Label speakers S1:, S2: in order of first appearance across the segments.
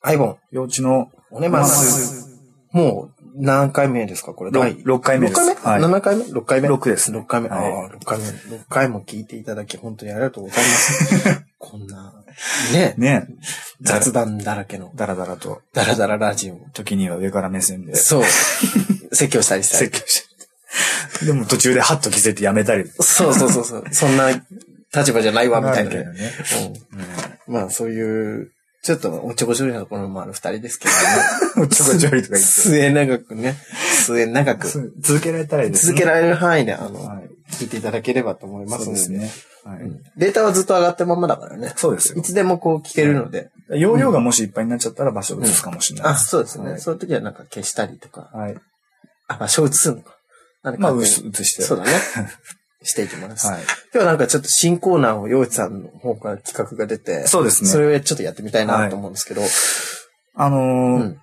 S1: アイボン、
S2: 幼稚の
S1: おねます。もう、何回目ですかこれ、第
S2: 6回目
S1: 6
S2: で
S1: 回
S2: す。
S1: 目
S2: はい。
S1: ?7 回目 ?6 回目
S2: 六ですね
S1: 6回目。あ
S2: はい
S1: あ、6回目。6回も聞いていただき、本当にありがとうございます。 こんな、ね、
S2: ね。
S1: 雑談だらけの、
S2: だらだらと、
S1: ダラダララジオ。
S2: 時には上から目線で。
S1: そう。説教したりしたり。
S2: 説教して。でも途中でハッと気づいてやめたり。
S1: そうそうそうそう。そんな立場じゃないわ、みたいなね。
S2: なるけどね。
S1: うんまあ、そういう、ちょっとおっちょこちょいなところもある二人ですけど
S2: うん ちょこちょいとか
S1: ね。
S2: 言って。
S1: 末長くね。末長く。
S2: 続けられたらいいです
S1: 続
S2: ね。
S1: けられる範囲で、あの、
S2: はい。
S1: 聞いていただければと思います
S2: そ
S1: の
S2: う
S1: で。
S2: ですね。はい。
S1: データはずっと上がったままだからね。
S2: そうです
S1: い
S2: よ。
S1: つでもこう聞けるので。
S2: 容量がもしいっぱいになっちゃったら場所を移すかもしれない
S1: あ、
S2: です。
S1: そうですね。
S2: はい
S1: そういう時はなんか消したりとか。
S2: はい。
S1: あ、場所移すのか。なん
S2: まあ、
S1: か
S2: 移
S1: 勝
S2: す
S1: 手に、
S2: 移して。
S1: そう だね。していきます。
S2: はい。
S1: 今日はなんかちょっと新コーナーを洋一さんの方から企画が出て。
S2: そうですね
S1: それをちょっとやってみたいなと思うんですけど。
S2: あの
S1: う
S2: ー
S1: ん。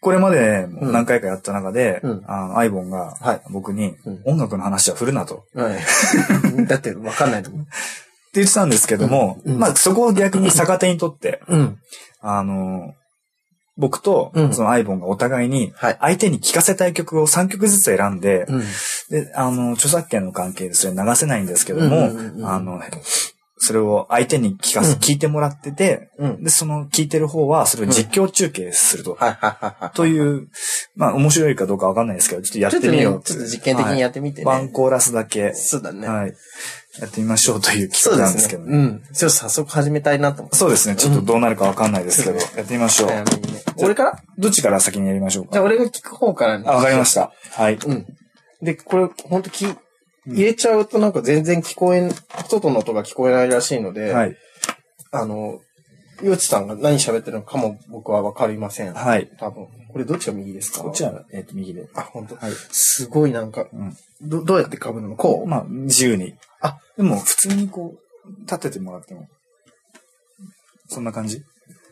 S2: これまでも何回かやった中で、
S1: うん
S2: あのアイボンが
S1: はい
S2: 僕に
S1: うん、
S2: 音楽の話は振るなと。
S1: はい。 だってわかんないと思う。
S2: って言ってたんですけども、
S1: うんうん
S2: まあそこを逆に逆手に とって、
S1: うん。
S2: あのー僕と
S1: うん
S2: そのアイボンがお互いに、
S1: はい。
S2: 相手に聴かせたい曲を3曲ずつ選んで、
S1: うん。
S2: で、あの、著作権の関係でそれ流せないんですけど
S1: う
S2: も
S1: んうんうんう、ん
S2: あの、それを相手に聞か
S1: う
S2: す、
S1: ん
S2: 聞いてもらってて、
S1: うん。
S2: で、その聞いてる方はそれを実況中継すると。
S1: はいはいはいはい。
S2: という、まあ面白いかどうかわかんないですけど、ちょっとやっ
S1: ちょってと
S2: み
S1: ね、ち
S2: よ
S1: ょ
S2: う
S1: っと実験的にやってみてね。
S2: ワンコーラスだけ、
S1: そうだね。
S2: はい。やってみましょうという
S1: そう
S2: 企画
S1: で
S2: なん
S1: す
S2: ですけ
S1: ね。
S2: ど
S1: う
S2: ね。
S1: ん。ちょっと早速始めたいなと思って。
S2: そうですね。ちょっとどうなるかわかんないですけど、やってみましょう。
S1: 早めにね俺から
S2: どっちから先にやりましょう
S1: じゃ
S2: か。
S1: あ俺が聞く方からね。
S2: あ、わかりまし。た。はい。
S1: うん。で、これ、ほんとき、入れちゃうとなんか全然聞こえん、外の音が聞こえないらしいので、
S2: はい。
S1: あの、よちさんが何喋ってるのかも僕はわかりません。
S2: はい。
S1: 多分。これどっちが右ですか
S2: こっちは、えっと、右で。
S1: あ、本当。
S2: はい。
S1: すごいなんか、
S2: うん
S1: ど、どうやって被るのこう、
S2: まあ、自由に。
S1: あ、
S2: でも、普通にこう、立ててもらっても。そんな感じ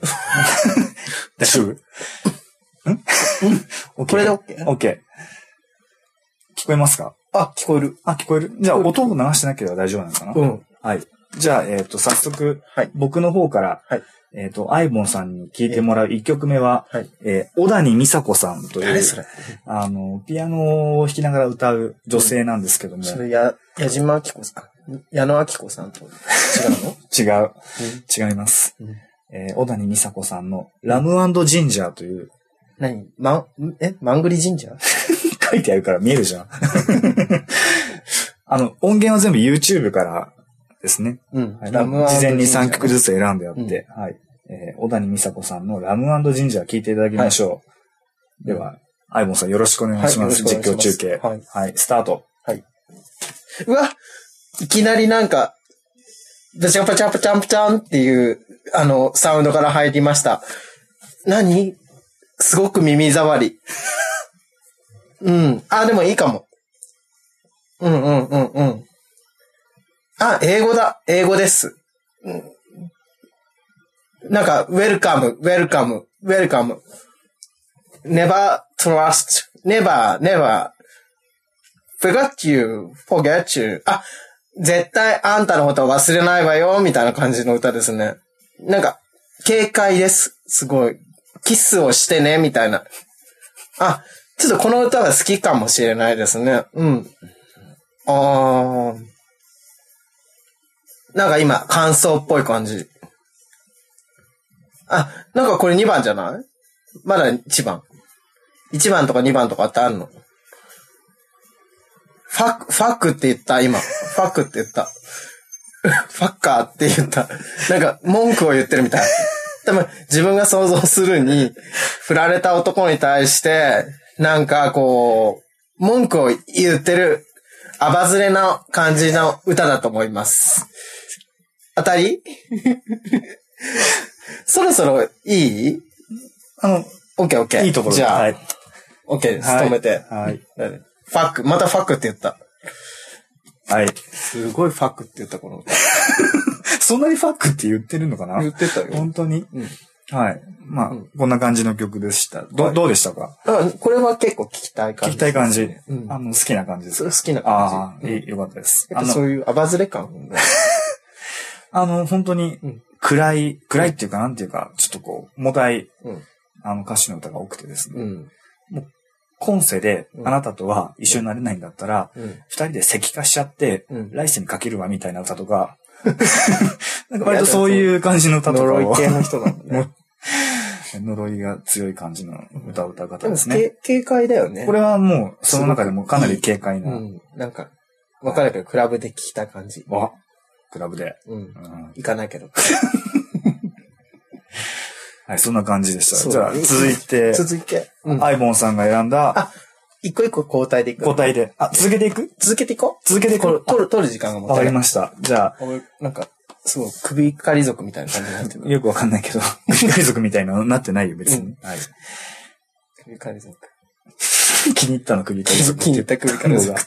S2: 大丈夫ん OK
S1: これで OK?
S2: ?OK。聞こえますか
S1: あ、聞こえる。
S2: あ、聞こえるじゃあ、
S1: 聞こえる
S2: 音を流してなければ大丈夫なのかな、
S1: うん。
S2: はい。じゃあ、えっ、と、早速、
S1: はい
S2: 僕の方から、
S1: はい
S2: えっ、と、アイボンさんに聞いてもらう1曲目は、
S1: はい。
S2: えー、小谷美佐子さんとい
S1: 誰
S2: う、
S1: それ
S2: あの、ピアノを弾きながら歌う女性なんですけども、
S1: それ、や、矢島明子さん。矢野明子さんと違うの
S2: 違 う。違います。
S1: うん
S2: えー小谷美佐子さんのラムジンジャーという、
S1: 何まん、んえマングリ神社
S2: 書いてあるから見えるじ ゃん。あの、音源は全部 YouTube からですね。
S1: うん
S2: はい事前に3曲ずつ選んであって、
S1: うん
S2: はい。えー小谷美佐子さんのラムジンジャー聞いていただきましょう。では、アイボンさんよろしくお願いします。
S1: はいよろしく
S2: 実
S1: お願
S2: 況
S1: いしま
S2: 中
S1: す
S2: 継。
S1: はい
S2: スタート。
S1: うわいきなりなんか、パチャンパチャンパチャンパチャンっていう、あの、サウンドから入りました。何すごく耳障り。うん。あ、でもいいかも。うんうんうんうん。あ、英語だ。英語です。うん、なんか、ウェルカム、ウェルカム、ウェルカム。never trust, never, never, forget you, forget you. あ、絶対あんたのことを忘れないわよ、みたいな感じの歌ですね。なんか、軽快です。すごい。キスをしてね、みたいな。あ、ちょっとこの歌は好きかもしれないですね。うん。あー。なんか今、感想っぽい感じ。あ、なんかこれ2番じゃないまだ1番。1番とか2番とかってあるのファク、ファクって言った、今。ファクって言った。ファッカーって言った。なんか、文句を言ってるみたい。多分、自分が想像するに、振られた男に対して、なんかこう、文句を言ってる、あばずれな感じの歌だと思います。当たり そろそろいい
S2: あの、
S1: オッケーオッケー。
S2: いいところ
S1: じゃあ、
S2: はい。
S1: オッケーです。止めて。
S2: はい。
S1: ファック、またファックって言った。
S2: はい。
S1: すごいファックって言った、この歌。
S2: そんなにファックって言ってるのかな
S1: 言ってたよ。
S2: 本当に、
S1: うん
S2: はい。まあ、
S1: うん
S2: こんな感じの曲でした。ど、
S1: はい
S2: どうでしたか
S1: うんこれは結構聞きたい
S2: 聞
S1: 感
S2: き
S1: じ。
S2: たい感じ、
S1: うん
S2: あの、好きな感じです
S1: それ
S2: か
S1: 好きな
S2: あ
S1: 感
S2: あ、
S1: じ。うん
S2: いいよかったです。
S1: や
S2: あ
S1: っぱそ
S2: の、
S1: ういうあばずれ感。
S2: あの、本当に
S1: うん、
S2: 暗い、暗いっていうか、なんていうか、ちょっとこう、重たい、
S1: うん
S2: あの歌手の歌が多くてですね。
S1: うん。
S2: 今世で
S1: う、ん
S2: あなたとは一緒になれないんだったら、
S1: うん。
S2: 二人で石化しちゃって、
S1: うん
S2: 来世にかけるわ、みたいな歌 とか。なんか割とそういう感じの歌とかを
S1: 呪い系の人だも んね。
S2: 呪いが強い感じの歌を歌う方
S1: で
S2: で
S1: も、
S2: すね。
S1: け警戒だよね。
S2: これはもう、その中でもかなり軽快
S1: う
S2: な、
S1: ん。なんか、わかるけど、クラブで聞いた感じ。
S2: わ、クラブで、
S1: うん
S2: う。ん
S1: 行かないけど。
S2: はい、そんな感じでした。
S1: そう
S2: じゃあ、続いて、
S1: 続いて。うん。
S2: アイボンさんが選んだ
S1: あ一個一個交代でいく。
S2: 答えで、あ、続けていく
S1: 続けていこ
S2: 続けて
S1: う。
S2: いく
S1: これ、取る、取る時間がも
S2: わ
S1: った
S2: か
S1: い
S2: り
S1: ない。
S2: ました。じゃ
S1: 俺、なんか、すごい首狩り族みたいな感じになって
S2: あ、
S1: る。
S2: よくわかんない けど、海賊みたいなのなってないよ、別に。
S1: う
S2: はい。
S1: 首狩り族。
S2: 気に入ったの、首海賊。
S1: 気に入った首狩り族。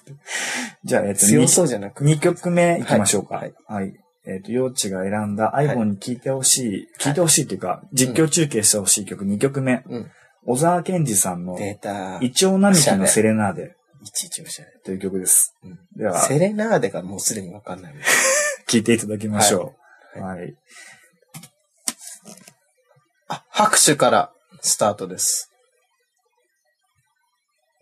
S2: じゃあ、えっと、
S1: 強そう
S2: 2
S1: じゃなく。
S2: 曲目行きましょうか。は
S1: はいい。
S2: えっと、幼稚が選んだアイボンに聴いてほしい、
S1: は
S2: 聴、
S1: い
S2: いてほしいっていうか、実況中継してほしい曲2曲目。
S1: うん。
S2: 小沢健二さんの、
S1: 出た。い
S2: イチョウ並木のセレナーデ
S1: ちいちおしゃれ。
S2: という曲です。
S1: うん
S2: では、
S1: セレナーデがもうすでにわかんない。
S2: 聴いていただきましょう。はい。
S1: あ、拍手からスタートです。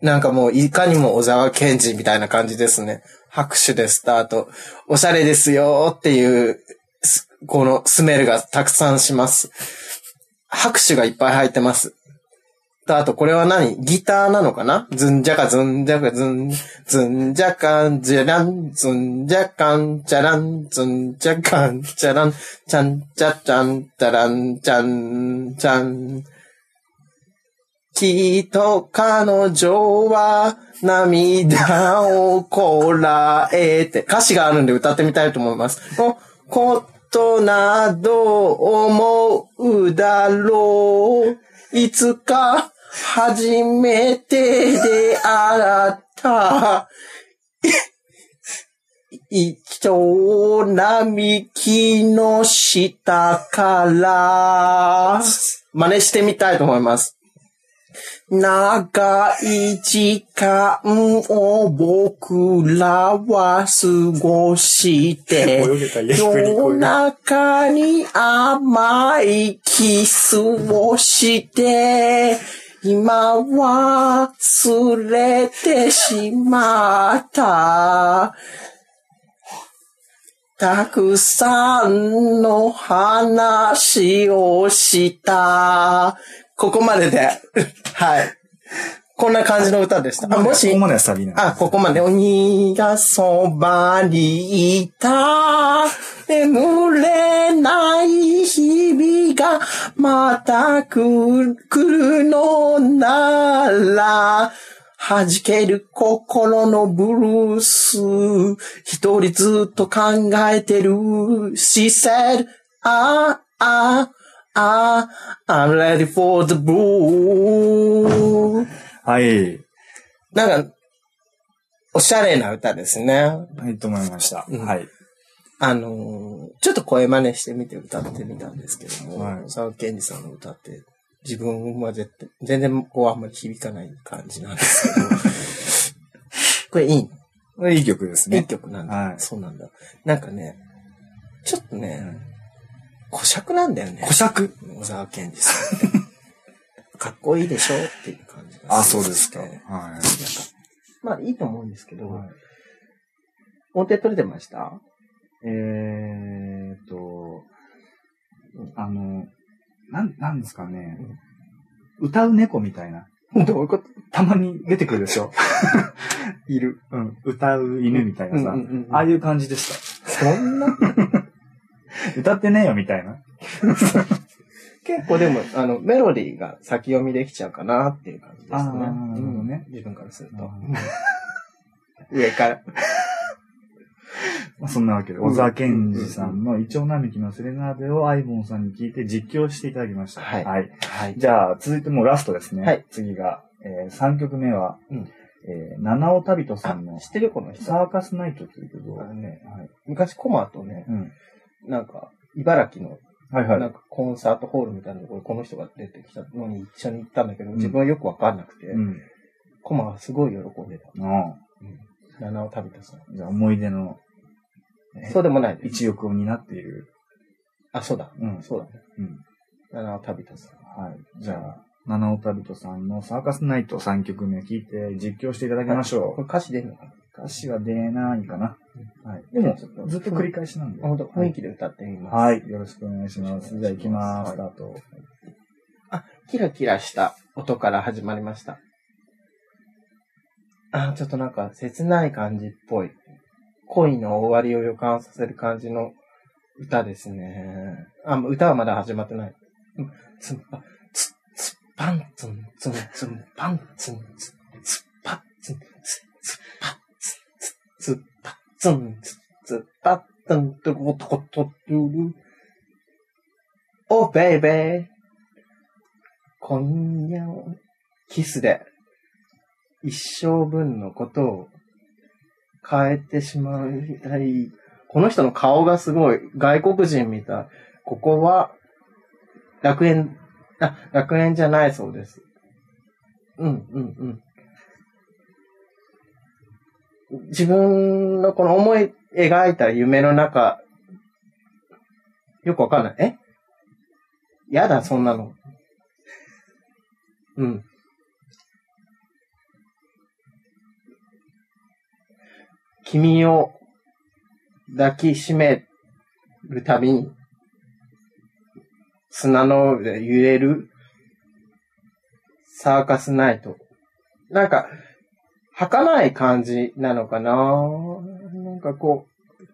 S1: なんかもう、いかにも小沢健二みたいな感じですね。拍手でスタート。おしゃれですよーっていう、すこのスメルがたくさんします。拍手がいっぱい入ってます。とあと、これは何ギターなのかなズンジャカズンジャカズン、ズンジャカンジャラン、ズンジャカンチャラン、ズンジャカンチャラン、チャンチャチャン、チャラン、チャン、チャン。きっと彼女は涙をこらえて。歌詞があるんで歌ってみたいと思います。のことなど思うだろう。いつか初めて出会った。一丁並木の下から、真似してみたいと思います。長い時間を僕らは過ごして、
S2: 泳げた家に来る
S1: 夜中に甘いキスをして、今は忘れてしまった。たくさんの話をした。ここまでで。はい。こんな感じの歌でした。あ、もし
S2: ここ、まではサビなんです
S1: あ、ここまで。鬼がそばにいた。眠れない日々がまた来る来るのなら、弾ける心のブルース。一人ずっと考えてる。She said, ah, ah, ah, I'm ready for the blue.
S2: はい。
S1: なんか、おしゃれな歌ですね。
S2: はい、と思いました。
S1: うん
S2: はい。
S1: あのーちょっと声真似してみて歌ってみたんですけども、
S2: はい
S1: 小沢健二さんの歌って、自分は絶対、全然こうあんまり響かない感じなんです けど、これいい
S2: これいい曲です
S1: のいい
S2: ね。
S1: 曲なんだ、
S2: はい
S1: そうなんだ。なんかね、ちょっと
S2: う
S1: ね、
S2: ん
S1: 古尺なんだよね
S2: 古。尺
S1: 小沢健二さん って。かっこいいでしょっていう感じが
S2: あ、
S1: す
S2: そ
S1: る
S2: うですか。は
S1: なん
S2: い
S1: か。、まあいいと思うんですけど、音程取れてました
S2: えーっと、あの、なん、なんですかね。歌う猫みたいな。
S1: どういうこと
S2: たまに出てくるで しょ。
S1: いる。
S2: うん。歌う犬みたいなさ
S1: うんうんうんう。ん
S2: ああいう感じでした。
S1: そんな
S2: 歌ってねえよみたいな。
S1: 結構でも、あの、メロディーが先読みできちゃうかなっていう感じですね。
S2: あーなるほどね
S1: うん自分からする
S2: う
S1: と。 上から。
S2: まあそんなわけで、
S1: うん
S2: 小沢健二さんのイチョウ並木のセレナーデをアイボンさんに聞いて実況していただきました。
S1: はい
S2: はい。
S1: はい。
S2: じゃあ、続いてもうラストですね。
S1: はい
S2: 次が、えー、3曲目は、
S1: うん
S2: えー、七尾旅人さんの
S1: あ、知ってるこの人。
S2: サーカスナイトという曲を、
S1: あのね
S2: はい。
S1: 昔コマとね
S2: う、ん。
S1: なんか、茨城の、
S2: はいは
S1: ないん。かコンサートホールみたいなところにこの人が出てきたのに一緒に行ったんだけど、
S2: うん
S1: 自分はよくわかんなくて、
S2: うん。
S1: コマはすごい喜んでた。
S2: あ
S1: 七尾旅人さん。
S2: あじゃあ、思い出のえ
S1: そうでもないです。
S2: 一翼を担っている
S1: あ、そうだ。
S2: うん。
S1: そうだね。
S2: うん。
S1: 七尾旅人さん。
S2: はい。じゃあ、七尾旅人さんのサーカスナイト3曲目聞いて実況していただきまし
S1: こ
S2: ょう。
S1: れ歌詞出るのかな
S2: 歌詞は出ないかな。はい。で
S1: でも
S2: も、ずっと繰り返しなんで。
S1: あ、ほんと、雰囲気で歌ってみます。
S2: はい。よろしくお願いします。
S1: よろしくお願いします
S2: じゃあ行きます。
S1: はい
S2: スタート。
S1: キラキラした音から始まりました。あー、ちょっとなんか切ない感じっぽい。恋の終わりを予感させる感じの歌ですね。あ、歌はまだ始まってない。うんつんぱ、つ、つっぱんつん、つん、つん、ぱんつん、つ、つっぱ、つん、つ、つっぱ、つ、つ、つっぱ、つん、つ、つっぱ、つん、とことこと、とる。お、ベイベー。今夜をキスで一生分のことを変えてしまいたい。この人の顔がすごい外国人みたい。ここは楽園、あ、楽園じゃないそうです。うん、うん、うん。自分のこの思い描いた夢の中、よくわかんない。えやだ、そんなの。うん。君を抱きしめるたびに、砂の上で揺れるサーカスナイト。なんか、儚い感じなのかななんかこう、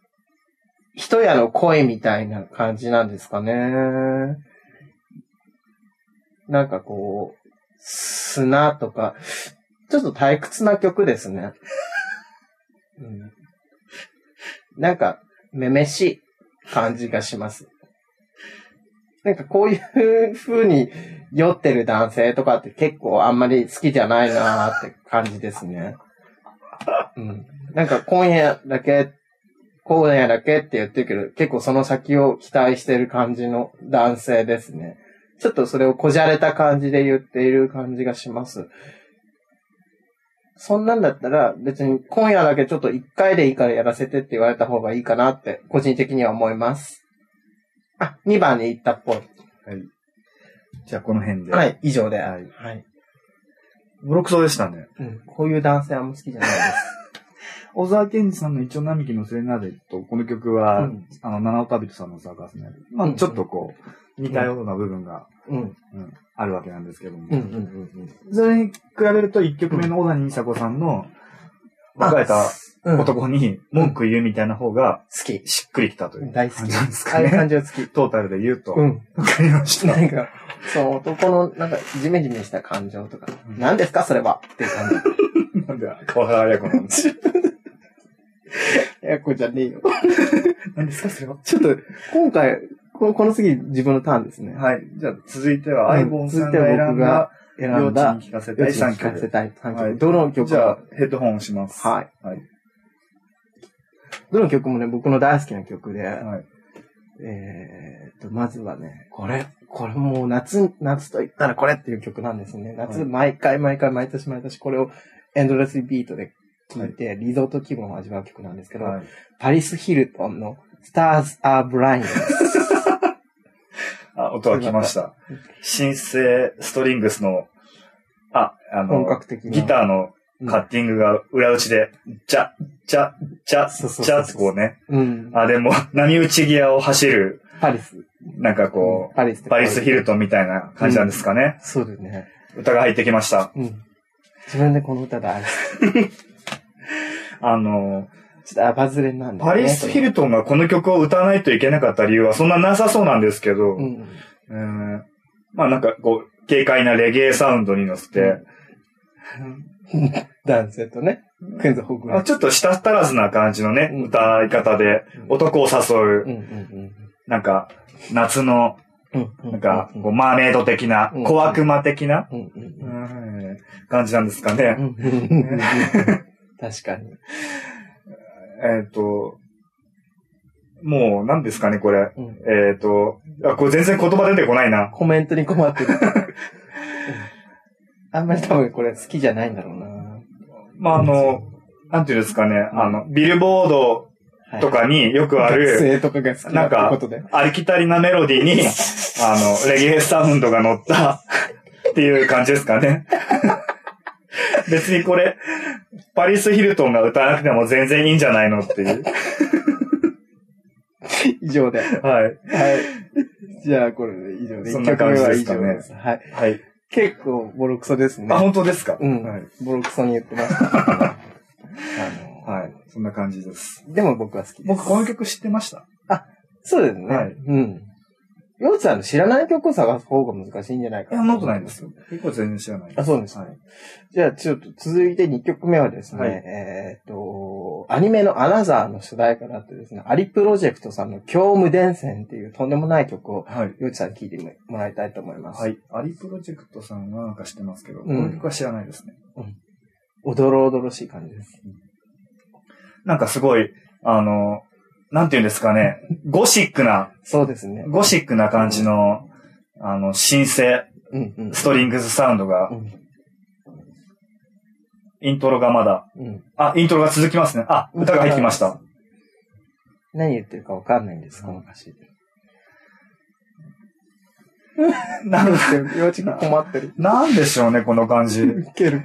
S1: 一夜の恋みたいな感じなんですかね。なんかこう、砂とか、ちょっと退屈な曲ですね。うん、なんか、めめしい感じがします。なんかこういう風に酔ってる男性とかって結構あんまり好きじゃないなーって感じですね。うん。なんか今夜だけ、今夜だけって言ってるけど、結構その先を期待してる感じの男性ですね。ちょっとそれをこじゃれた感じで言っている感じがします。そんなんだったら別に今夜だけちょっと一回でいいからやらせてって言われた方がいいかなって個人的には思います。あ、2番に行ったっぽい。
S2: じゃあこの辺で。。
S1: はいい、以上で。
S2: はい
S1: はい。
S2: ブロックそうでしたね。
S1: うん。こういう男性あんま好きじゃないです。
S2: 小沢健二さんの一応並木のセレナデと、この曲は、
S1: うん
S2: あの、七尾旅人さんのサーカスナイト。ま
S1: う
S2: あ
S1: ん
S2: ちょっとこう、似たような部分が、
S1: うん。
S2: うん、あるわけなんですけども。
S1: うん。うん。うん。
S2: それに比べると1曲目の小谷美佐子さんの別れた
S1: うん。好
S2: 男に文句言うみたいな方が
S1: き。
S2: しっくりきたという
S1: 大好
S2: 感
S1: き。
S2: じなんです
S1: あ
S2: か
S1: あいう感
S2: ね。
S1: じは好き。
S2: トータルで言うと。
S1: う
S2: わ
S1: ん。
S2: かりました。
S1: なんか、そう、男の、なんか、ジメジメした感情とか、
S2: うん
S1: 何ですかそれはっていう感じ。
S2: なんで川原綾子なんです
S1: いや、これじゃねえよ。
S2: 何ですかそれは
S1: ちょっと、今回、ここの次自分のターンですね。
S2: はい。じゃあ続いては、アイボンさんが選んだ、
S1: 選
S2: 幼
S1: ん
S2: 稚
S1: だ
S2: に、聞かせ
S1: 幼
S2: たい
S1: 稚に
S2: 3
S1: 聞かせ
S2: 曲。
S1: たい3曲。
S2: はい
S1: どの曲も
S2: じゃあ、ヘッドホンをします。
S1: はい。
S2: はい。
S1: どの曲もね、僕の大好きな曲で、
S2: はい。
S1: えーっと、まずはね、これ、これもう夏、夏と言ったらこれっていう曲なんですね。夏、
S2: はい
S1: 毎回毎回毎年毎年これをエンドレスビートで聴いて、リゾート気分を味わう曲なんですけど、
S2: はい
S1: パリス・ヒルトンの Stars are Blind
S2: あ、音が来ました。新生ストリングスの、あ、 あ
S1: 本
S2: の、
S1: 格的な。
S2: ギターのカッティングが裏打ちで、ジャ、ジャ、ジャ、
S1: そうそうそうそう
S2: ジャってこうね。
S1: うん。
S2: あ、でも、 波打ち際を走る、
S1: パリス。
S2: なんかこ
S1: パリスっ
S2: う、
S1: て
S2: パリス・ヒルトンみたいな感じなんですかね。
S1: そうだよね。
S2: 歌が入ってきました。
S1: うん。自分でこの歌だ。ちょ
S2: あの、
S1: っとアバズレなんだ、ね。
S2: パリス・ヒルトンがこの曲を歌わないといけなかった理由はそんななさそうなんですけど、
S1: うん。うん
S2: うーんまあなんかこう、軽快なレゲエサウンドに乗せて、
S1: 男性とね、クンズ・ホグワ
S2: あ
S1: ーツ。
S2: ちょっと舌足らずな感じのね、
S1: うん
S2: 歌い方で、男を誘う、
S1: うんうん
S2: なんか、夏の、
S1: うん。うん。
S2: なんか、こうマーメイド的な、
S1: うん
S2: 小悪魔的な、
S1: うんうんうん。
S2: うん感じなんですか
S1: う
S2: ね。
S1: んうんうんうん。確かに。
S2: えっ、と、もう、何ですかね、これ。
S1: うん
S2: えっ、と、あ、これ全然言葉出てこないな。
S1: コメントに困ってる。うんあんまり多分これ好きじゃないんだろうな。
S2: まあ、あの、なんていうんですかね、あの、ビルボード
S3: はい
S2: とかによ くあ
S1: 学
S2: る、
S1: 生とかが好きだ
S2: なん
S1: って
S2: か
S1: ことで。、
S2: ありきたりなメロディーに、あの、レゲエサウンドが乗ったっていう感じですか ね。別にこれ、パリス・ヒルトンが歌わなくても全然いいんじゃないのっていう。
S1: 以上で。 は
S2: はい。
S1: い。じゃあ、これで以上で。
S2: そ
S1: 一
S2: んな
S1: 曲
S2: 感
S1: 目
S2: じ
S1: は
S2: で
S1: 以
S2: すかね
S1: 上です。はい。
S2: はい。
S1: 結構、ボロクソですね
S2: あ、。本当ですか
S1: うん
S2: はい。
S1: ボロクソに言ってま した。あの
S2: はい。そんな感じです。
S1: でも僕は好きです。
S2: 僕、この曲知ってました
S1: そうですね。
S2: はい
S1: うん。ようちゃんの知らない曲を探す方が難しいんじゃない
S2: い
S1: か
S2: や、そんなことないん
S1: で
S2: ですすよ。結構全然知らない。
S1: あ、そうです。
S2: はい。
S1: じゃあ、ちょっと続いて2曲目はですね、
S2: はい
S1: えーっと、アニメのアナザーの主題歌だってですね、アリプロジェクトさんの教無伝線っていうとんでもない曲を、
S2: はい。
S1: ようちさんに聴いてもらいたいと思います。
S2: はい。アリプロジェクトさんはなんか知ってますけ
S1: ん
S2: ど、この曲は知らないですね。
S1: おどろおどろしい感じです。
S2: なんかすごい、あの、なんていうんですかね、ゴシックな
S1: そうですね。
S2: ゴシックな感じの、あの、シンセ、
S1: うんうん。
S2: ストリングスサウンドが
S1: う、ん
S2: イントロがまだ、
S1: うん。
S2: あ、イントロが続きますね。あ、歌が入ってきました。
S1: 何言ってるかわかんないんです、この歌詞。
S2: な
S1: 幼
S2: ん、
S1: 稚園幼稚園困ってる。
S2: なんでしょうね、この感じ。
S1: ウケる。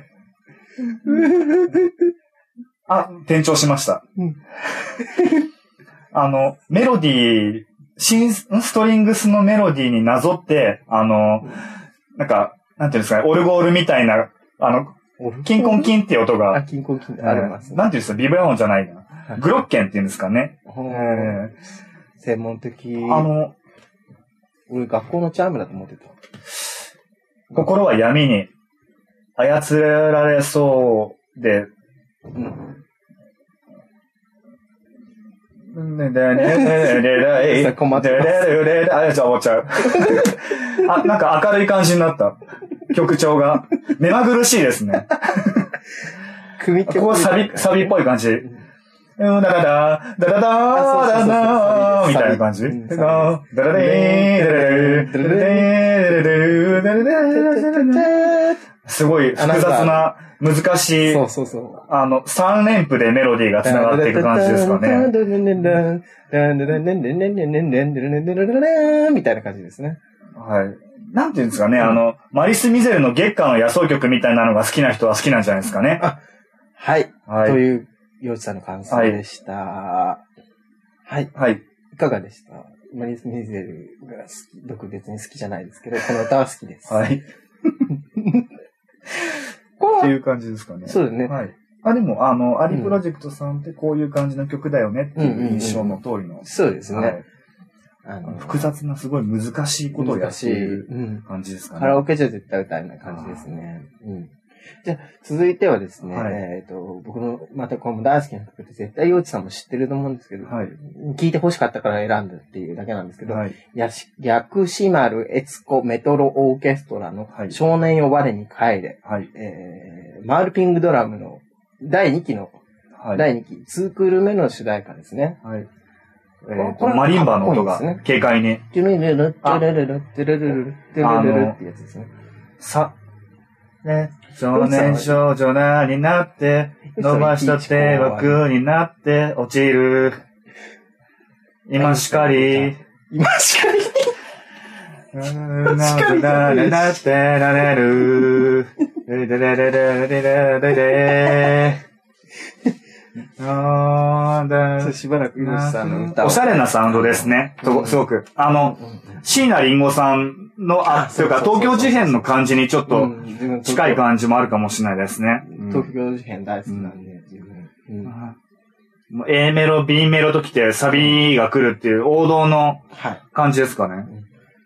S2: あ、転調しました
S1: うん。
S2: あの、メロディー、シン、ストリングスのメロディーになぞって、あの、なんか、なんていうんですかね、オルゴールみたいな、あの、キンコンキンっていう音
S1: あ、
S2: が、
S1: 金婚金あります
S2: えー
S1: ね。
S2: なんていうんですか、ビブラーンじゃないな。
S1: はい
S2: グロッケンっていうんですかね。
S1: ほ
S2: え
S1: ー
S2: ー
S1: 専門的。
S2: あの、
S1: 俺学校のチャームだと思ってた。
S2: 心は闇に操られそうで、
S1: うん。
S2: ねでねで
S1: さ困って
S2: で
S1: ま
S2: れれれれあ、じゃあ終わっちゃう。あ、なんか明るい感じになった。曲調が。目まぐるしいですね。
S1: 組
S2: こ
S1: 曲
S2: こはサビ、サビっぽい感じ。うん、だから、だだだー、だだだー、みたいな感じ。
S1: うん
S2: だだだだれー、だだれー、だだれー、だだれー、だだれーだだれーすごい複雑な、難しい
S1: そ、うそうそう。
S2: あの、3連符でメロディーが繋がっていく感じですかね。
S1: ね。みたいな感じですね。
S2: はい。なんていうんですかね、あの、マリス・ミゼルの月下の野草曲みたいなのが好きな人は好きなんじゃないですかね。
S1: はい。
S2: は
S1: と
S2: い。
S1: いう、ようちさんの感想でした。はい。
S2: はい。
S1: いかがでしたマリス・ミゼルが好き、僕別に好きじゃないですけ ど、この歌は好きです。
S2: はい。っていう感じですかね。
S1: そうだね。
S2: はい。あ、でも、あの、アリプロジェクトさんってこういう感じの曲だよねっていう印象の通りの。
S1: そうです
S2: は
S1: ね
S2: い。あの複雑な、すごい難しいことをや
S1: 難
S2: っ
S1: して
S2: い
S1: い。
S2: る
S1: うん。
S2: 感じですかね。
S1: カラオケじゃ絶対歌えない感じですね。うん。じゃあ、続いてはですね、
S2: はい
S1: えっ、と、僕の、またこれも大好きな曲で、絶対洋一さんも知ってると思うんですけど、
S2: はい。
S1: 聞いて欲しかったから選んだっていうだけなんですけど、
S2: はい。
S1: やし薬師丸悦子メトロオーケストラの
S2: はい
S1: 少年よ我に帰れ、
S2: はい。
S1: えー、マールピングドラムの第2期の、
S2: はい。
S1: 第2期、2クール目の主題歌ですね。
S2: はい。え
S1: れ
S2: ーと、マリンバの音が
S1: かっこいいですね
S2: 軽快に。
S1: トゥルルル、トゥルルル、トゥルルル、トゥルルルってやつですね。
S2: さ、
S1: ね。
S2: 少年少女なになって、伸ばした手は空になって落ちる。今しかり。
S1: 今しか言って
S2: 確かに。なってられる。ででででででででで。あー
S1: そ
S2: だ
S1: うしばらくヨシさんの歌を。
S2: おしゃれなサウンドですね。とすごく。あの、椎名林檎さんの、あ、というか東京事変の感じにちょっと
S1: と
S2: 近い感じもあるかもしれないですね。
S1: 東京事変大好きなんで、自分。うん
S2: もう A メロ、B メロときてサビが来るっていう王道の
S1: はい。
S2: 感じですかね。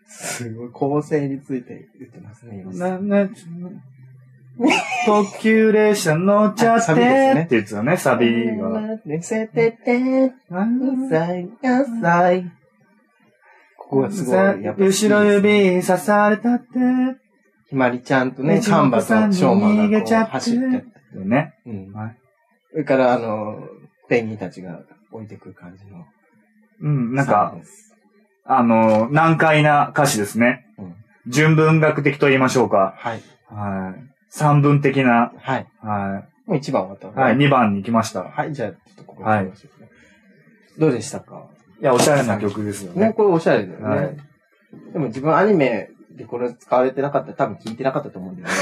S1: すごい構成について言ってますね、ヨシさん
S2: な、な、特急列車乗っちゃっ
S1: あサビです
S2: て、
S1: ね
S2: ってやつよね、サビが。
S1: 見せてて、野菜、野菜。ここがすごい、やっぱ。
S2: 後ろ。指刺されたって、
S1: ひまりちゃんとね、カンバとショーマンがこう走って。
S2: ね。
S1: うん。
S2: はい
S1: それから、あの、ペンギンたちが置いてくる感じの。
S2: うん、なんか、
S1: す
S2: あの、難解な歌詞ですね
S1: うん。
S2: 純文学的と言いましょうか。
S1: はい。
S2: はい。三文的な、
S1: はい。
S2: は
S1: もう一番終わった
S2: い。はい、。2番に行きました。
S1: はい、じゃあ、ちょっとここ
S2: はい
S1: で。どうでしたか
S2: いや、おしゃれな曲ですよ
S1: ね、
S2: ね。
S1: これおしゃれだよね。
S2: はい
S1: でも自分アニメでこれ使われてなかったら多分聞いてなかったと思うんだよね。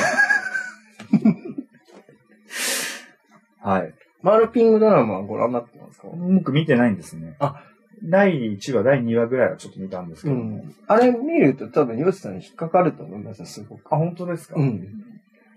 S2: はい。
S1: マルピングドラマはご覧になってますか
S2: 僕見てないんですね。
S1: あ、
S2: 第1話、第2話ぐらいはちょっと見たんですけ
S1: う
S2: ど。
S1: ん。あれ見ると多分ヨシさんに引っかかると思いますよ、すごく。
S2: あ、本当ですか
S1: うん。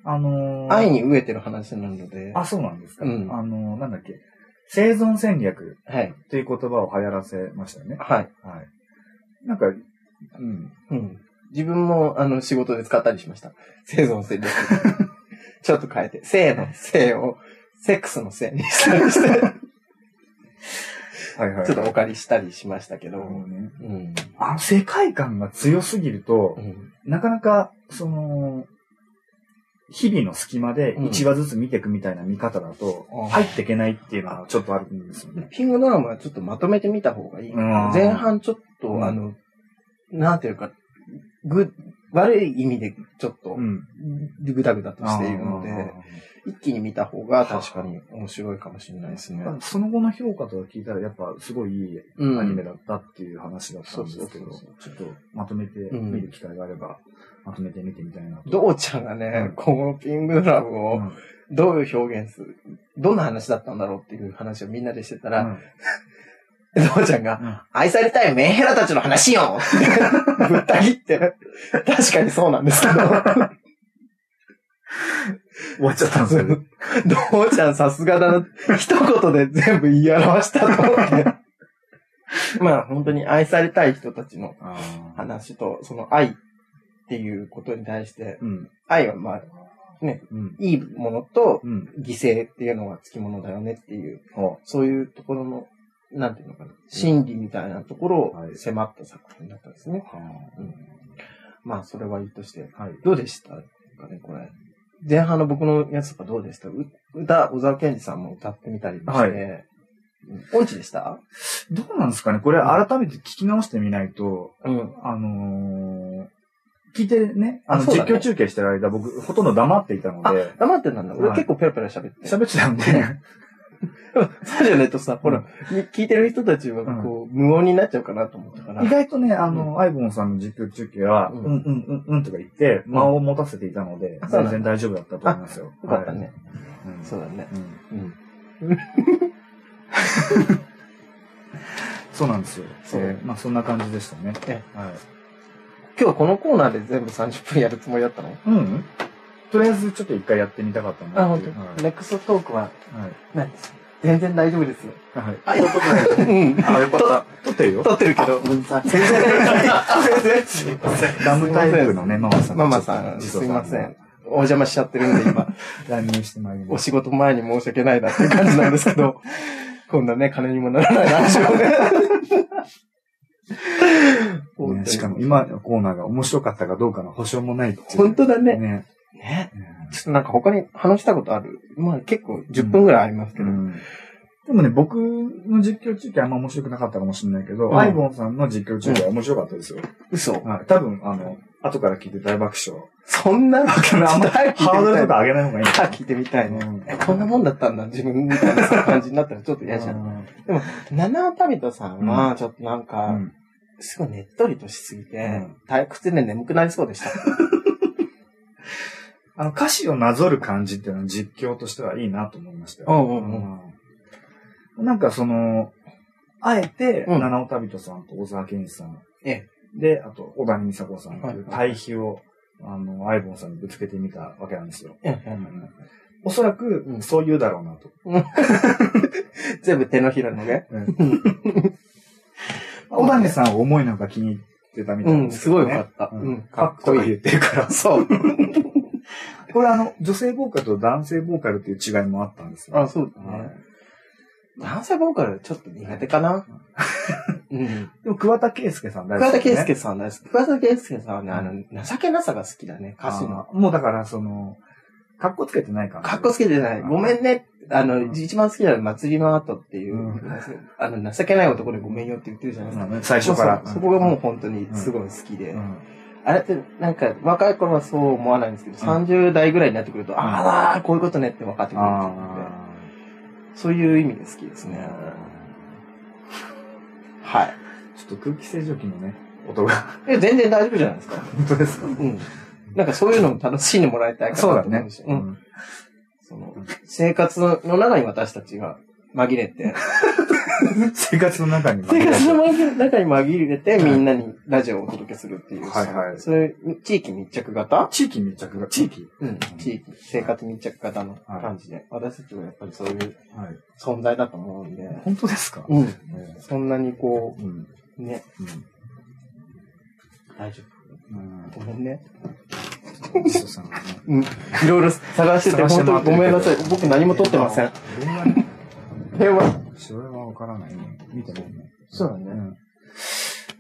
S2: あのー
S1: 愛に飢えてる話なので。
S2: あ、そうなんですか、
S1: うん
S2: あのーなんだっけ。生存戦略
S1: はい。
S2: という言葉を流行らせましたよね。
S1: はい。
S2: はい。なんか、うん。
S1: うん。自分も、あの、仕事で使ったりしました。生存戦略。 ちょっと変えて、性の性を、セックスの性にしたりして、
S2: はいはい。
S1: ちょっとお借りしたりしましたけど。
S2: あの
S1: う
S2: ね
S1: ん。
S2: あの世界観が強すぎると
S1: う、ん。
S2: なかなか、その、日々の隙間で
S1: うん
S2: 1話ずつ見ていくみたいな見方だと
S1: あー、
S2: 入っていけないっていうのはちょっとあるんですよね。
S1: ピングドラマはちょっとまとめてみた方がいい。
S2: うん
S1: 前半ちょっと、
S2: うん
S1: あの、なんていうか、ぐ、悪い意味でちょっと、
S2: ん。
S1: ぐだぐだとしているの
S2: あ
S1: で、一気に見た方が確かに面白いかもしれないですね
S2: ー。その後の評価とか聞いたら、やっぱすごいいい
S1: うん。
S2: アニメだったっていう話だったんですけど、
S1: うんそう
S2: ちょっとまとめて
S1: うん
S2: 見る機会があれば、まとめて見てみたいなと。
S1: どうちゃんがね、
S2: うん
S1: このピングドラム
S2: う
S1: を
S2: ん
S1: どういう表現する、どんな話だったんだろうっていう話をみんなでしてたら、どうちゃんが、
S2: うん
S1: 愛されたいメンヘラたちの話よって ぶった切って、確かにそうなんですけど、
S2: 終わっちゃったんですよね。
S1: どうちゃんさすがだな、一言で全部言い表したと思って。まあ本当に愛されたい人たちの
S2: あー
S1: 話と、その愛っていうことに対して、
S2: うん。
S1: 愛はまあ、
S2: うん。
S1: いいものと
S2: うん。
S1: 犠牲っていうのがつきものだよねっていう
S2: は
S1: そういうところの、なんていうのかな、心理みたいなところ
S2: はい
S1: を迫った作品だったんですね。
S2: あ
S1: まあ、それはいいとして。
S2: はい。
S1: どうでしたかね、これ。前半の僕のやつとかどうでしたう歌、小沢健二さんも歌ってみたりもして、
S2: はい
S1: うん音痴でした
S2: どうなんですかねこれ改めて聞き直してみないと、
S1: うん。
S2: あのー、聞いてね、あの、
S1: あそうだ
S2: 実
S1: ね
S2: 況中継してる間、僕、ほとんど黙っていたので、
S1: 黙ってたんだ。俺
S2: はい
S1: 結構ペラペラ喋って。
S2: 喋ってたんで、
S1: そうじゃないとさ、ほ
S2: う
S1: ら
S2: ん、
S1: 聞いてる人たちはこう、無音になっちゃうかなと思ったから
S2: 意。外とね、あの、アイボンさんの実況中継は、う
S1: うんん
S2: うんうんうんとか言って、間を持たせていたので
S1: あ、そうなん
S2: 全
S1: だ
S2: 然大丈夫だったと思いますよ。
S1: よかったね。
S2: はい。うん
S1: そうだね。
S2: うん
S1: うん。
S2: そうなんですよ。
S1: そう
S2: えーまあ、そんな感じでしたね。
S1: え
S2: はい。
S1: 今日このコーナーで全部30分やるつもりだったの
S2: うん。とりあえず、ちょっと一回やってみたかった
S1: あ、
S2: なっ
S1: 本
S2: ていう。
S1: 当。ネクストトークは
S2: はい。
S1: ないです。全然大丈夫ですよ。
S2: はい。はい。
S1: あ、やった うん。
S2: あ、よかった。撮ってるよ。
S1: 撮ってるけど。全然。 全然。
S2: ダムタイプのね、ママさん。
S1: ママさん、
S2: ちょ
S1: す
S2: っと
S1: いません。。お邪魔しちゃってるんで、 今。
S2: 乱入してまいりま
S1: お
S2: し
S1: 仕事前に申し訳ないなっていう感じなんですけ ど。こんなね、金にもならない話をね。
S2: た。
S1: 本当
S2: ね
S1: に
S2: しかも、今のコーナーが面白かったかどうかの保証もないっていう
S1: 本当だね。
S2: ね。
S1: ね。
S2: うん
S1: ちょっとなんか他に話したことあるまあ結構10分ぐらいありますけ
S2: う
S1: ど。
S2: んでもね、僕の実況中継あんま面白くなかったかもしれないけど、
S1: うん
S2: アイボンさんの実況中継は面白かったですよ。
S1: 嘘。
S2: はい。多分、あの、後から聞いて大爆笑。
S1: そんなの
S2: あんまハードルとか上げない方がいい。
S1: 聞いてみたいね
S2: うん。
S1: え、こんなもんだったんだ、自分みたいな感じになったらちょっと嫌じゃん。七尾旅人さんは、ちょっとなん
S2: う
S1: か、
S2: ん。
S1: すごいねっとりとしすぎ
S2: う
S1: て
S2: ん、
S1: 退屈で眠くなりそうでした。
S2: あの、歌詞をなぞる感じっていうのは実況としてはいいなと思いましたよ。
S1: うんう
S2: うんなんかその、あえて、
S1: うん
S2: 七尾旅人さんと小沢健二さん。
S1: え
S2: で、あと、小谷美佐子さんという
S1: はい
S2: 対比を、あの、アイボンさんにぶつけてみたわけなんですよ。
S1: うん
S2: おそらく
S1: う、ん
S2: そう言うだろう なと。
S1: 全部手のひらのね。
S2: 小谷さんは重いのが気に入ってたみた
S1: う
S2: いなん
S1: ん、
S2: です
S1: す
S2: けど
S1: ご
S2: ね
S1: いよかった。う
S2: うん
S1: ん、かっこ
S2: とか
S1: い
S2: 言
S1: い。
S2: ってるから。
S1: そう。
S2: これあの、女性ボーカルと男性ボーカルっていう違いもあったんです よ。
S1: あ、そうだ
S2: は
S1: ね。
S2: い
S1: 男性ボーカルちょっと苦手かな。うん。
S2: でも、桑田佳祐さん大好
S1: 桑
S2: き
S1: 田佳
S2: ですね
S1: 祐さんです。桑田佳祐さんはね、あの、情けなさが好きだね、歌詞の。
S2: あーもうだから、その、格好つけてない感じ。
S1: かっこつけてない。ごめんね。あ
S2: うん
S1: の、一番好きなのは祭りの後っていう、
S2: うん
S1: あの、情けない男でごめんよって言ってるじゃないですか。
S2: うん最初から。
S1: そうそうそこがもう本当にすごい好きで。あれって、なんか、若い頃はそう思わないんですけど、30代ぐらいになってくると、ああ、こういうことねって分かってくるんで
S2: あ
S1: そういう意味で好きですね。はい。
S2: ちょっと空気清浄機のね、音が。
S1: え全然大丈夫じゃないですか。
S2: 本当ですか
S1: うん。なんかそういうのも楽しんでもらいたいかなと
S2: そうだ
S1: 思
S2: ね
S1: うし。。
S2: う
S1: うん。
S2: ん。
S1: その、生活の中に私たちが紛れて、
S2: 生活の中に。
S1: 生活の中に紛れてみんなにラジオをお届けするっていう。
S2: はいはい
S1: そういう地域密着型
S2: 地域密着が、地域
S1: うん。地域、生活密着型の感じで。私たちはやっぱりそういう
S2: はい。
S1: 存在だと思うんで。
S2: 本当ですか
S1: うん。
S2: え
S1: そんなにこ
S2: えうん。
S1: う、ね、
S2: う
S1: 大丈
S2: ん。
S1: 夫。ごめんね。
S2: うん。磯さんはね
S1: うん。いろいろ探してて、
S2: 探して
S1: 本
S2: も
S1: 当
S2: ら
S1: にご
S2: ってるけ
S1: めん
S2: ど
S1: なさい。僕何も撮ってません。。
S2: 電話ね
S1: 電話。
S2: それはわからないね。見てないね。
S1: そうだね
S2: ん。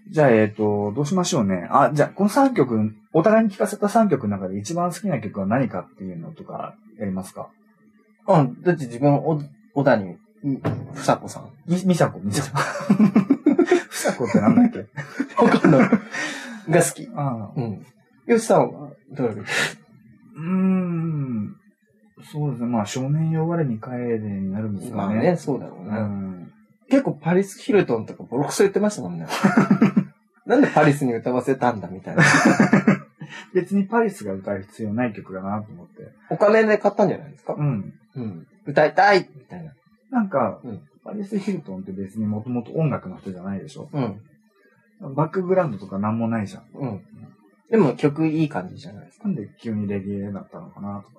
S2: じゃあ、えっ、と、どうしましょうね。あ、じゃあ、この3曲、お互いに聴かせた3曲の中で一番好きな曲は何かっていうのとか、やりますか
S1: うん。だって自分、お、小谷、ふさこさん。
S2: み、みさこ、みさこ。ふさこってなんだっけ
S1: わかんない。が好き。
S2: ああ。
S1: うん。よしさんは、どういう
S2: うーん。そうですね。まあ、少年よ我に帰れになるんです
S1: ま
S2: か
S1: あ
S2: ね。
S1: ね、そうだろう
S2: う
S1: ね。
S2: ん。
S1: 結構パリス・ヒルトンとかボロクソ言ってましたもん ね。なんでパリスに歌わせたんだみたいな。
S2: 別にパリスが歌う必要ない曲だなと思って。
S1: お金で買ったんじゃないですか
S2: うん。
S1: うん。歌いたいみたいな。
S2: なんか、
S1: うん
S2: パリス・ヒルトンって別にもともと音楽の人じゃないでしょ
S1: うん。
S2: バックグラウンドとかなんもないじゃん。
S1: うん。でも曲いい感じじゃないですか。
S2: なんで急にレゲエだったのかなとか。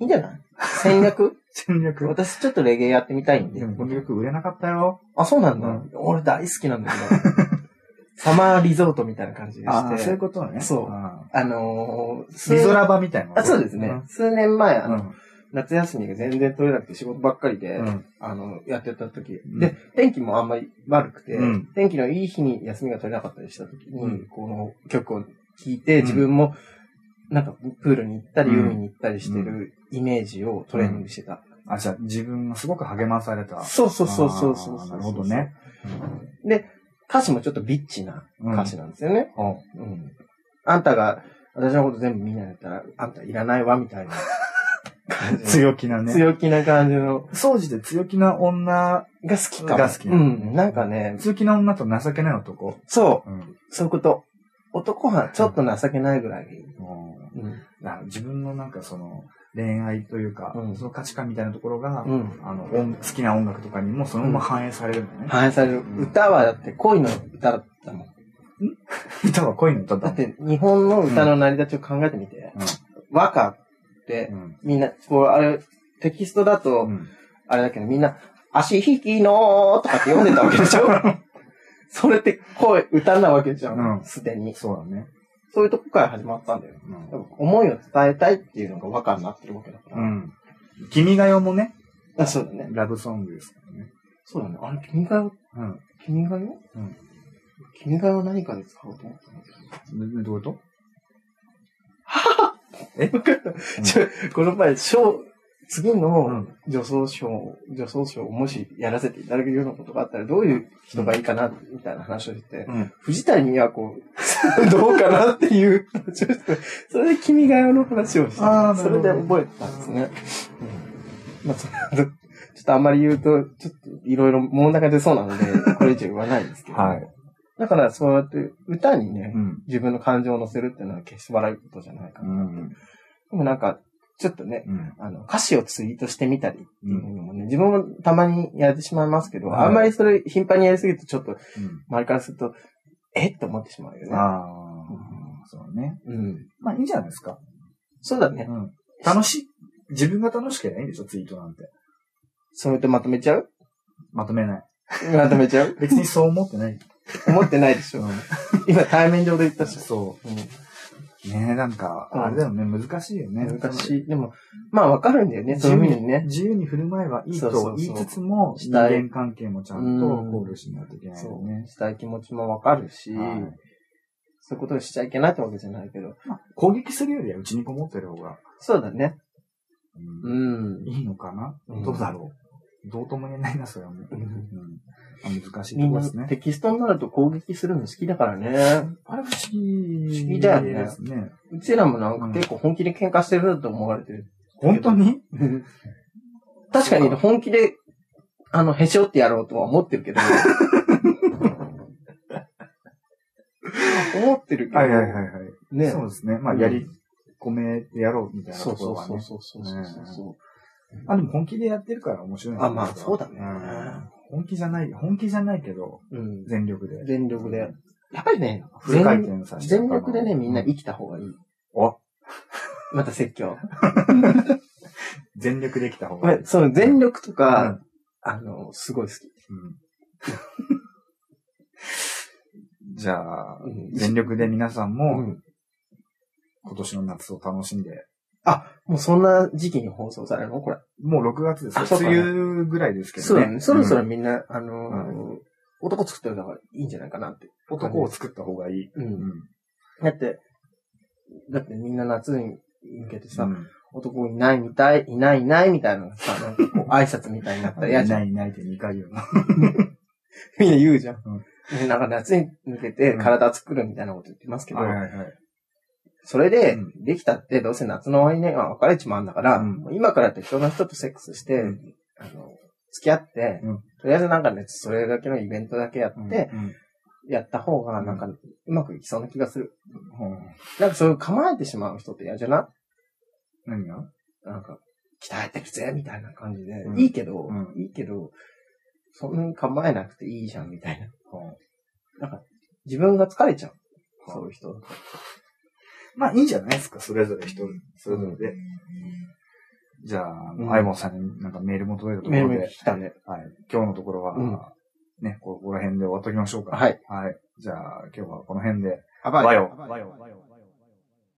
S1: いいんじゃ ない戦略
S2: 戦略を。
S1: 私ちょっとレゲエやってみたいんで
S2: で。もこの曲売れなかったよ。
S1: あ、そうなんだ。
S2: うん
S1: 俺大好きなんだけ ど。サマーリゾートみたいな感じで
S2: ああ、
S1: し
S2: そういう
S1: て。
S2: ことね。
S1: そう
S2: あ
S1: あのー、
S2: ー
S1: 数
S2: リゾラバみたいな。
S1: あ、そうですね。数年前、あ
S2: うん。う
S1: の、
S2: ん。
S1: 夏休みが全然取れなくて仕事ばっかりで、
S2: うん
S1: あの、やってた時、
S2: うん
S1: で、天気もあんまり悪くて、
S2: うん
S1: 天気のいい日に休みが取れなかったりした時に、
S2: うん
S1: この曲を聴いて、
S2: うん
S1: 自分も、なんか、プールに行ったり、
S2: うん
S1: 海に行ったりしてるイメージをトレーニングしてた。
S2: あ、じゃあ自分がすごく励まされた。
S1: そうそうそうそうそう
S2: あ
S1: そう
S2: ーなるほどね。
S1: で、歌詞もちょっとビッチな
S2: うん
S1: 歌詞なんですよね。
S2: お
S1: うん。あんたが、私のこと全部みんなやったら、あんたいらないわ、みたいな 感じの。
S2: 強気なね。
S1: 強気な感じの、
S2: 掃除で強気な女、
S1: が好きかも。
S2: が好き
S1: うん。なんかね、
S2: 強気な女と情けない男。
S1: そう。
S2: うん。
S1: そういうこと。男はちょっと情けないぐらいがいい。
S2: おー
S1: うん。
S2: あの自分のなんかその恋愛というか、
S1: うん
S2: その価値観みたいなところが、
S1: うん。
S2: あの音好きな音楽とかにもそのまま反映されるんだね。
S1: 反映される。歌はだって恋の歌だったもん。
S2: 歌は恋の歌
S1: だ
S2: だ
S1: っ
S2: もん。
S1: て日本の歌の成り立ちを考えてみて。和歌って
S2: うん
S1: みんな、こうあれ、テキストだ
S2: う
S1: と
S2: ん
S1: あれだけどみんな、足引きのーとかって読んでたわけでしょ それって恋、歌なわけじゃ
S2: うん
S1: ん。すでに。
S2: そうだね。
S1: そういうとこから始まったんだよ。
S2: うん
S1: 多分思いを伝えたいっていうのが和歌になってるわけだから。
S2: うん。君が代もね、
S1: あ、そうだね。
S2: ラブソングですからね。
S1: そうだね。あれ、君が代
S2: うん。
S1: 君がよ
S2: うん。
S1: 君がよ何かで使おうと思ったんだけど。
S2: でどういうこ
S1: ちょ、この前、賞、次
S2: と
S1: の女装賞、女装賞をもしやらせていただけるようなことがあったら、どういう人がいいかな、みたいな話をして、
S2: うん
S1: 藤谷美和子、 どうかなっていう 話をして、それで君が代の話をした。
S2: あーな
S1: そ
S2: るほ
S1: れ
S2: ど
S1: で覚えたんですね。うん、まあ、そのちょっとあんまり言うと、ちょっといろいろ問題が出そうなので、これ以上言わないんですけど。
S2: はい
S1: だから、そうやって歌にね、
S2: うん。
S1: 自分の感情を乗せるっていうのは決して笑うことじゃないか
S2: う
S1: な。で
S2: ん。
S1: もなんか、ちょっとね、
S2: うん。
S1: あの、歌詞をツイートしてみたりって
S2: う。
S1: いうんのもね、自分もたまにやってしまいますけど、
S2: はい
S1: あんまりそれ頻繁にやりすぎるとちょっと周りからすると、えって思ってしまうよね。
S2: ああ、そうね。
S1: うん。
S2: まあいいんじゃないですか。
S1: そうだね。
S2: うん。楽しい。自分が楽しければいいんでしょ、ツイートなんて。
S1: それでまとめちゃう
S2: まとめない。
S1: まとめちゃう
S2: 別にそう思って ない。
S1: 思ってないでしょ。今対面上で言ったし。
S2: そ
S1: うん
S2: う。ねえ、なんか、あれだよね、難しいよね。
S1: 難しい。でも、まあわかるんだよね、そういうふうにね。
S2: 自由に振る舞えばいい
S1: そうそ
S2: と
S1: う
S2: 言
S1: そ
S2: いうつつも、人
S1: したい
S2: 間関係もちゃんと考慮しないといけない
S1: そ
S2: よ
S1: う。
S2: ね。
S1: したい気持ちもわかるし、
S2: はい
S1: そういうことをしちゃいけないってわけじゃないけど。
S2: まあ攻撃するよりはうちにこもってる方が、
S1: そうだね。
S2: う
S1: うんん。
S2: いいのかな、
S1: うん
S2: どうだろうどうとも言えないな、それはもう。
S1: うん
S2: うんまあ難しい
S1: み
S2: と
S1: ん
S2: こ
S1: な
S2: ですね。
S1: テキストになると攻撃するの好きだからね。
S2: あれ不思議
S1: 不思議だよね
S2: ですね。
S1: うちらもなんか結構本気で喧嘩してると思われてる。
S2: 本当に
S1: 確かに本気で、あの、へし折ってやろうとは思ってるけど、思ってるけど。
S2: はいはいはいはい。
S1: ね。
S2: そうですね。まあ、やり込めでやろうみたいな
S1: そ
S2: と
S1: う
S2: ころ
S1: そうそう
S2: はね。
S1: そうそうそうそうそ
S2: あ、でも本気でやってるから面白い
S1: あまあそうだね
S2: ん本気じゃない、本気じゃないけど、
S1: う。うん。
S2: 全力で。
S1: 全力で。やっぱりね、
S2: フル回
S1: 全
S2: 転させて
S1: 全力でね、みんな生きた方がいい。
S2: お
S1: また説教。
S2: 全力できた方がいい。
S1: その全力とか、あの、すごい好き。
S2: うん じゃあ、
S1: うん
S2: 全力で皆さん
S1: う
S2: も
S1: ん
S2: 今年の夏を楽しんで、
S1: もうそんな時期に放送されるのこれ。
S2: もう6月です
S1: あそ
S2: よ。
S1: うか
S2: 梅雨ぐらいですけどね。
S1: そうだね。そろそろ
S2: うん
S1: みんな、あのー、男作ってるだからいいんじゃないかなって。
S2: 男を作った方がいい。
S1: う。
S2: うんん
S1: だって、だってみんな夏に向けてさ
S2: う、ん
S1: 男いないみたい、いないいないみたいなのがさ、なんか こう挨拶みたいになったら
S2: い
S1: 嫌
S2: な
S1: じゃん。
S2: いないって2回言うの。
S1: みんな言うじゃん
S2: うん。
S1: ねなんか夏に向けて体作るみたいなこと言ってますけど、
S2: はいはいはい。
S1: それで
S2: うん、
S1: できたって、どうせ夏の終わりには別れちまうんだから、
S2: うん
S1: もう今から適当な人とセックスして、
S2: うん
S1: あの、付き合って、
S2: うん
S1: とりあえずなんかね、それだけのイベントだけやって、
S2: うん、うん
S1: やった方が、なんか、うまくいきそうな気がする。
S2: ほう
S1: なんかそういう構えてしまう人って嫌じゃな
S2: 何が
S1: いなんか、鍛えてるぜ、みたいな感じで、
S2: うん
S1: いいけど、
S2: う
S1: いいけど、そんなに構えなくていいじゃん、みたいな。
S2: ほう
S1: 自分が疲れちゃう。
S2: はあ
S1: そういう人。
S2: まあいいんじゃないですか、それぞれ一人、それぞれで。じゃあ、あのアイボンさんになんかメールも届いたとこ
S1: め
S2: ろ
S1: め
S2: で、
S1: 来たね。
S2: はい、今日のところは、
S1: うん
S2: ね、ここら辺で終わっときましょうか。
S1: はい。
S2: はい。じゃあ、今日はこの辺で、
S1: あ
S2: バ
S1: ばい。
S2: イオ。バイオ